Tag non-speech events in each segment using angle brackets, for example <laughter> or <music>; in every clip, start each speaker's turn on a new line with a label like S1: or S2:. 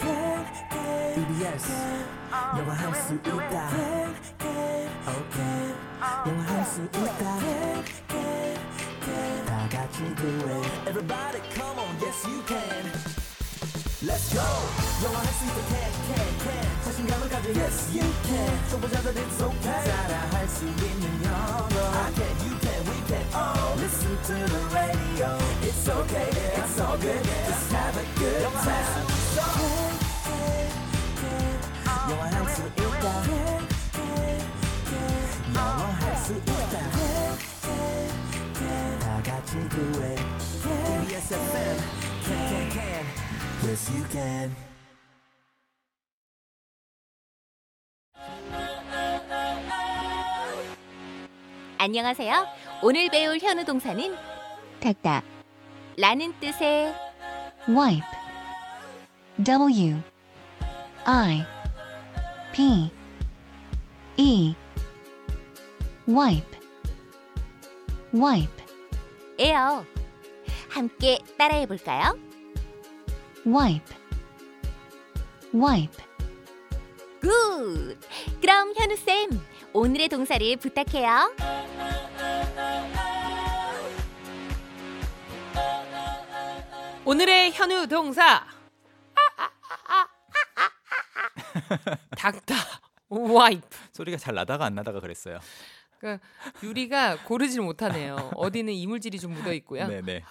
S1: E CBS 영화 할 수 있다 오케이 영화 할 수 있다 다 같이 do it Everybody come on yes you can Let's go 영화 할 수 있다 E can can can 자신감을 가져 yes you can 초보자들 it's okay 따라할 수 있는 영어 I can you can we can all listen to the radio It's okay yeah, it's all good just have a good time 영화 할 수 있다 영화 할 수 있다 다 같이 do it KBS FM can can can Yes you can
S2: 안녕하세요. 오늘 배울 현우 동사는
S3: 닦다
S2: 라는 뜻의
S3: wipe W I P E wipe wipe
S2: 에요. 함께 따라해 볼까요?
S3: wipe wipe
S2: 굿! 그럼 현우쌤, 오늘의 동사를 부탁해요.
S4: 오늘의 현우 동사 닥다 와이프
S5: 소리가 잘 나다가 안 나다가 그랬어요.
S4: 그러니까 유리가 고르질 못하네요 어디는 이물질이 좀 묻어 있고요
S5: 네네.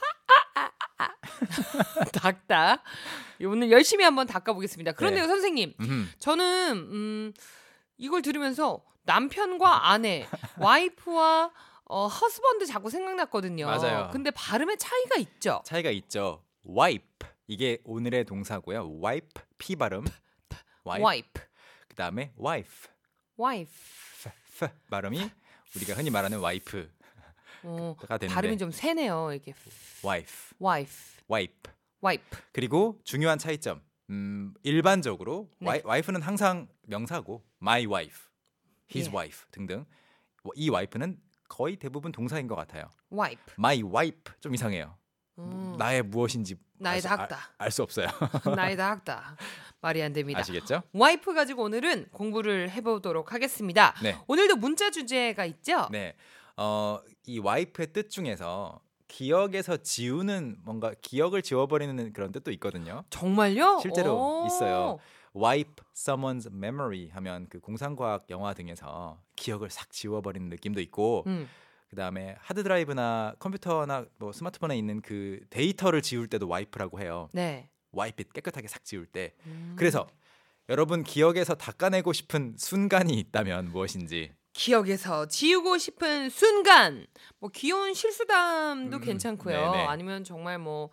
S4: 닥다 오늘 열심히 한번 닦아보겠습니다 그런데요
S5: 네.
S4: 선생님
S5: 음.
S4: 저는 음, 이걸 들으면서 남편과 아내 와이프와 어, 허스번드 자꾸 생각났거든요
S5: 맞아요.
S4: 근데 발음의 차이가 있죠
S5: 차이가 있죠. wipe 이게 오늘의 동사고요. wipe p 발음. wipe.
S4: 와이프
S5: 그다음에 wife
S4: 와이프
S5: f 발음이 우리가 흔히 말하는 와이프가
S4: 어,
S5: 되는데
S4: 발음이 좀 세네요 이게
S5: wife
S4: 와이프
S5: wipe
S4: 와이프
S5: 그리고 중요한 차이점. 음, 일반적으로
S4: 네.
S5: 와이, 와이프는 항상 명사고 my wife, his
S4: 예.
S5: wife 등등 이 와이프는 거의 대부분 동사인 것 같아요.
S4: 와이프
S5: my wife 좀 이상해요.
S4: 음.
S5: 나의 아- 무엇인지
S4: 나의
S5: 알 수-
S4: 닭다. <laughs>
S5: 알 수 없어요.
S4: 나이 다 학다 말이 안 됩니다.
S5: <laughs> 아시겠죠?
S4: 와이프 가지고 오늘은 공부를 해보도록 하겠습니다.
S5: 네.
S4: 오늘도 문자 주제가 있죠.
S5: 네. 어, 이 와이프의 뜻 중에서 기억에서 지우는 뭔가 기억을 지워버리는 그런 뜻도 있거든요.
S4: 정말요?
S5: 실제로
S4: 오.
S5: 있어요. wipe someone's memory 하면 그 공상과학 영화 등에서 기억을 싹 지워버리는 느낌도 있고
S4: 음.
S5: 그다음에 하드드라이브나 컴퓨터나 뭐 스마트폰에 있는 그 데이터를 지울 때도 wipe라고 해요.
S4: 네.
S5: wipe it 깨끗하게 싹 지울 때.
S4: 음.
S5: 그래서 여러분 기억에서 닦아내고 싶은 순간이 있다면 무엇인지
S4: 기억에서 지우고 싶은 순간, 뭐 귀여운 실수담도
S5: 음,
S4: 괜찮고요.
S5: 네네.
S4: 아니면 정말 뭐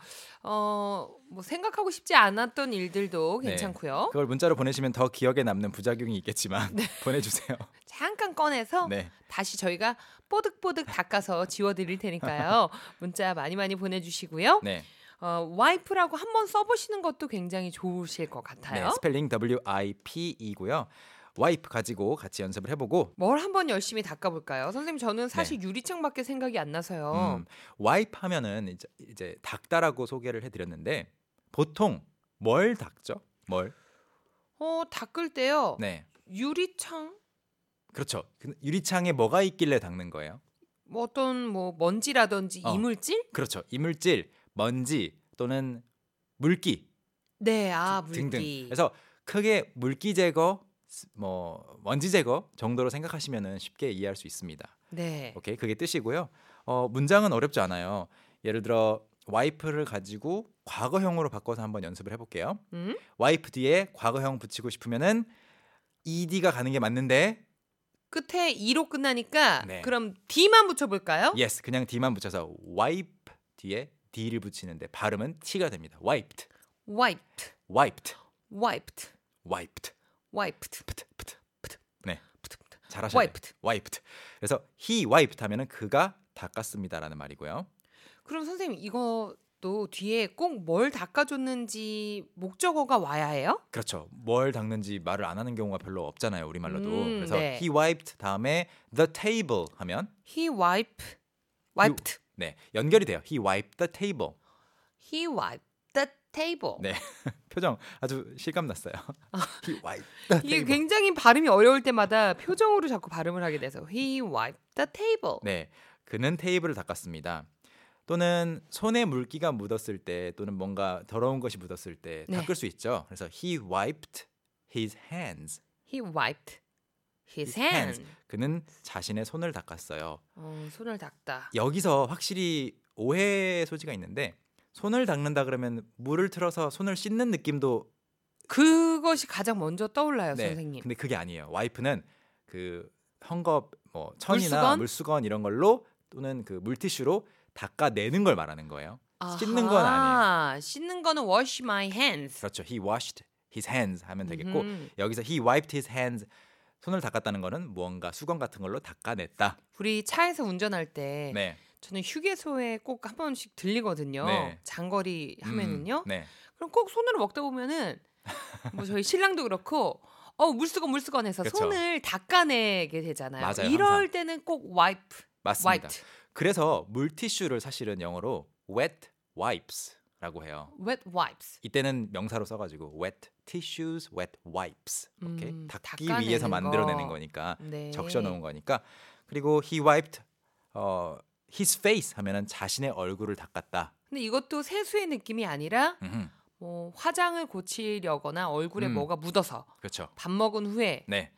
S4: 어, 뭐 생각하고 싶지 않았던 일들도
S5: 네.
S4: 괜찮고요.
S5: 그걸 문자로 보내시면 더 기억에 남는 부작용이
S4: 네.
S5: 있겠지만 <laughs> 보내주세요.
S4: 잠깐 꺼내서
S5: 네,
S4: 다시 저희가 뽀득뽀득 닦아서 지워드릴
S5: <laughs>
S4: 테니까요. 문자 많이 많이 보내주시고요.
S5: 네,
S4: 어, 와이프라고 한번 써보시는 것도 굉장히 좋으실 것 같아요.
S5: 네. 스펠링 W I P E고요. 와이프 가지고 같이 연습을 해보고
S4: 뭘 한번 열심히 닦아볼까요? 선생님 저는 사실 유리창밖에 생각이 안 나서요.
S5: 네. 음, 와이프 하면은 이제, 이제 닦다라고 소개를 해드렸는데 보통 뭘 닦죠? 뭘?
S4: 어 닦을 때요
S5: 네,
S4: 유리창
S5: 그렇죠. 그 유리창에 뭐가 있길래 닦는 거예요?
S4: 뭐 어떤 뭐 먼지라든지
S5: 어.
S4: 이물질?
S5: 그렇죠. 이물질, 먼지 또는 물기
S4: 네, 아 물기.
S5: 등등. 그래서 크게 물기 제거, 뭐 먼지 제거 정도로 생각하시면은 쉽게 이해할 수 있습니다.
S4: 네,
S5: 오케이 그게 뜻이고요. 어, 문장은 어렵지 않아요. 예를 들어 와이프를 가지고 과거형으로 바꿔서 한번 연습을 해볼게요.
S4: 음?
S5: 와이프 뒤에 과거형 붙이고 싶으면은 E ed가 가는 게 맞는데
S4: 끝에 이로 끝나니까
S5: 네. 예.
S4: 그럼 D만 붙여볼까요?
S5: yes 그냥 d만 붙여서 wipe 뒤에 d를 붙이는데 발음은 t가 됩니다. wiped,
S4: Wiped,
S5: wiped,
S4: wiped,
S5: wiped,
S4: wiped,
S5: 푸트, 푸트, 푸트, 네
S4: 푸트, 푸트.
S5: 잘하셨네.
S4: Wiped.
S5: wiped. 그래서 he wiped 하면은 그가 닦았습니다라는 말이고요.
S4: 그럼 선생님 이것도 뒤에 꼭 뭘 닦아줬는지 목적어가 와야 해요?
S5: 그렇죠. 뭘 닦는지 말을 안 하는 경우가 별로 없잖아요. 우리말로도.
S4: 음,
S5: 그래서
S4: 네.
S5: he wiped 다음에 the table 하면
S4: He wiped, wiped.
S5: 네 연결이 돼요. he wiped the table.
S4: He wiped the table.
S5: 네 표정 아주 실감 났어요.
S4: <laughs>
S5: He wiped
S4: 이게
S5: table.
S4: 굉장히 발음이 어려울 때마다 표정으로 자꾸 발음을 하게 돼서 he wiped the table.
S5: 네, 그는 테이블을 닦았습니다. 또는 손에 물기가 묻었을 때 또는 뭔가 더러운 것이 묻었을 때
S4: 네.
S5: 닦을 수 있죠. 그래서 he wiped his hands.
S4: he wiped his
S5: His hands.
S4: hand.
S5: 그는 자신의 손을 닦았어요.
S4: 어, 손을 닦다.
S5: 여기서 확실히 오해의 소지가 있는데 손을 닦는다 그러면 물을 틀어서 손을 씻는 느낌도
S4: 그것이 가장 먼저 떠올라요,
S5: 네,
S4: 아, 선생님.
S5: 근데 그게 아니에요. 와이프는 그 헝겊 뭐 천이나
S4: 물수건?
S5: 물수건? 이런 걸로 또는 그 물티슈로 닦아내는 걸 말하는 거예요. 씻는 건 아니에요.
S4: 아하, 씻는 거는 wash my hands.
S5: 그렇죠. He washed his hands 하면 되겠고
S4: 음,
S5: 여기서 he wiped his hands 손을 닦았다는 거는 무언가 수건 같은 걸로 닦아냈다.
S4: 우리 차에서 운전할 때
S5: 네.
S4: 저는 휴게소에 꼭 한 번씩 들리거든요.
S5: 네.
S4: 장거리
S5: 음,
S4: 하면은요.
S5: 네.
S4: 그럼 꼭 손으로 먹다 보면은 뭐 저희 신랑도 그렇고 어 물수건 물수건 해서
S5: 그쵸.
S4: 손을 닦아내게 되잖아요.
S5: 맞아요,
S4: 이럴
S5: 항상.
S4: 때는 꼭 wipe,
S5: 맞습니다.
S4: wiped,
S5: 그래서 물티슈를 사실은 영어로 wet wipes라고 해요.
S4: wet wipes.
S5: 이때는 명사로 써가지고 wet tissues, wet wipes 이렇게
S4: 음,
S5: 닦기
S4: 닦아내는
S5: 위해서 만들어내는
S4: 거.
S5: 거니까
S4: 네.
S5: 적셔놓은 거니까 그리고 he wiped 어, his face 하면은 자신의 얼굴을 닦았다.
S4: 근데 이것도 세수의 느낌이 아니라
S5: 음흠,
S4: 뭐 화장을 고치려거나 얼굴에
S5: 음.
S4: 뭐가 묻어서
S5: 그렇죠.
S4: 밥 먹은 후에
S5: 네.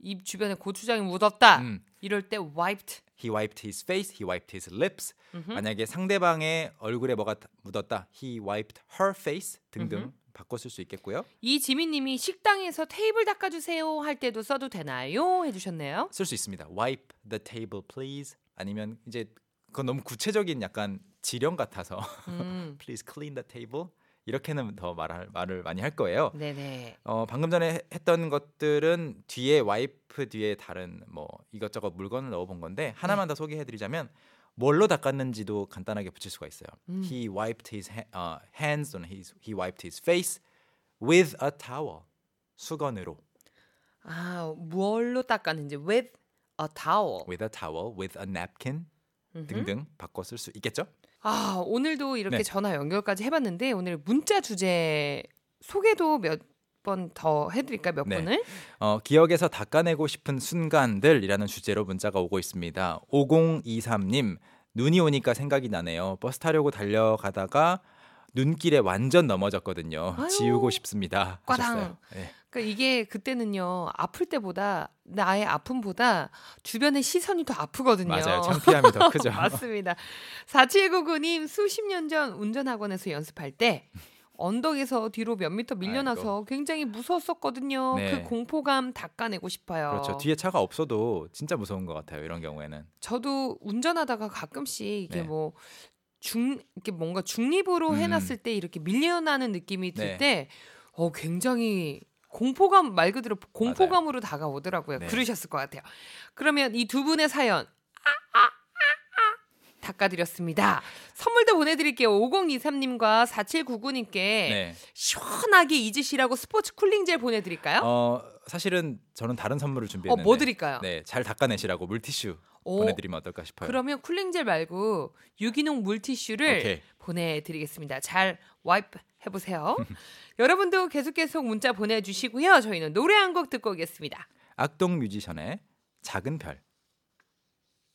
S4: 입 주변에 고추장이 묻었다.
S5: 음,
S4: 이럴 때 wiped.
S5: he wiped his face, he wiped his lips.
S4: 음흠.
S5: 만약에 상대방의 얼굴에 뭐가 다- 묻었다, he wiped her face 등등 바꿔 쓸 수 있겠고요.
S4: 이 지민님이 식당에서 테이블 닦아주세요 할 때도 써도 되나요? 해주셨네요.
S5: 쓸 수 있습니다. Wipe the table, please. 아니면 이제 그건 너무 구체적인 약간 지령 같아서
S4: 음,
S5: please clean the table 이렇게는 더 말할 말을 많이 할 거예요.
S4: 네네.
S5: 어, 방금 전에 해- 했던 것들은 뒤에 와이프 뒤에 다른 뭐 이것저것 물건을 넣어본 건데 하나만 더 소개해드리자면 뭘로 닦았는지도 간단하게 붙일 수가 있어요. He wiped his ha- 어, hands 또는 his, he wiped his face with a towel 수건으로
S4: 아, 뭘로 닦았는지 with a towel.
S5: with a towel with a napkin
S4: 음.
S5: 등등 바꿔 쓸 수 있겠죠?
S4: 아, 오늘도 이렇게
S5: 네.
S4: 전화 연결까지 해 봤는데 오늘 문자 주제 소개도 몇 번 더해 드릴까요? 몇
S5: 네.
S4: 분을?
S5: 어, 기억에서 닦아내고 싶은 순간들이라는 주제로 문자가 오고 있습니다. 5023님 눈이 오니까 생각이 나네요. 버스 타려고 달려가다가 눈길에 완전 넘어졌거든요.
S4: 아유,
S5: 지우고 싶습니다.
S4: 꽈당.
S5: 하셨어요. 네.
S4: 그러니까 이게 그때는요. 아플 때보다 나의 아픔보다 주변의 시선이 더 아프거든요.
S5: 맞아요.
S4: <laughs>
S5: 창피함이 더 크죠.
S4: 맞습니다. 4799님 수십 년 전 운전학원에서 연습할 때 언덕에서 뒤로 몇 미터 밀려나서
S5: 아이고.
S4: 굉장히 무서웠었거든요.
S5: 네.
S4: 그 공포감 닦아내고 싶어요.
S5: 그렇죠. 뒤에 차가 없어도 진짜 무서운 것 같아요. 이런 경우에는.
S4: 저도 운전하다가 가끔씩 이게
S5: 네.
S4: 뭐 중, 이렇게 뭔가 중립으로
S5: 음.
S4: 해놨을 때 이렇게 밀려나는 느낌이 들
S5: 네.
S4: 때, 어, 굉장히 공포감, 말 그대로 공포감으로 다가오더라고요.
S5: 네.
S4: 그러셨을 것 같아요. 그러면 이 두 분의 사연, 닦아드렸습니다. 선물도 보내드릴게요. 5023님과 4799님께
S5: 네.
S4: 시원하게 잊으시라고 스포츠 쿨링젤 보내드릴까요?
S5: 어, 사실은 저는 다른 선물을
S4: 어,
S5: 준비했는데.
S4: 뭐 드릴까요?
S5: 네, 잘 닦아내시라고 물티슈
S4: 오,
S5: 보내드리면 어떨까 싶어요.
S4: 그러면 쿨링젤 말고 유기농 물티슈를
S5: 오케이.
S4: 보내드리겠습니다. 잘 와이프
S5: <laughs>
S4: 해보세요. 여러분도 계속 계속 문자 보내주시고요. 저희는 노래 한 곡 듣고 오겠습니다.
S5: 악동 뮤지션의 작은 별.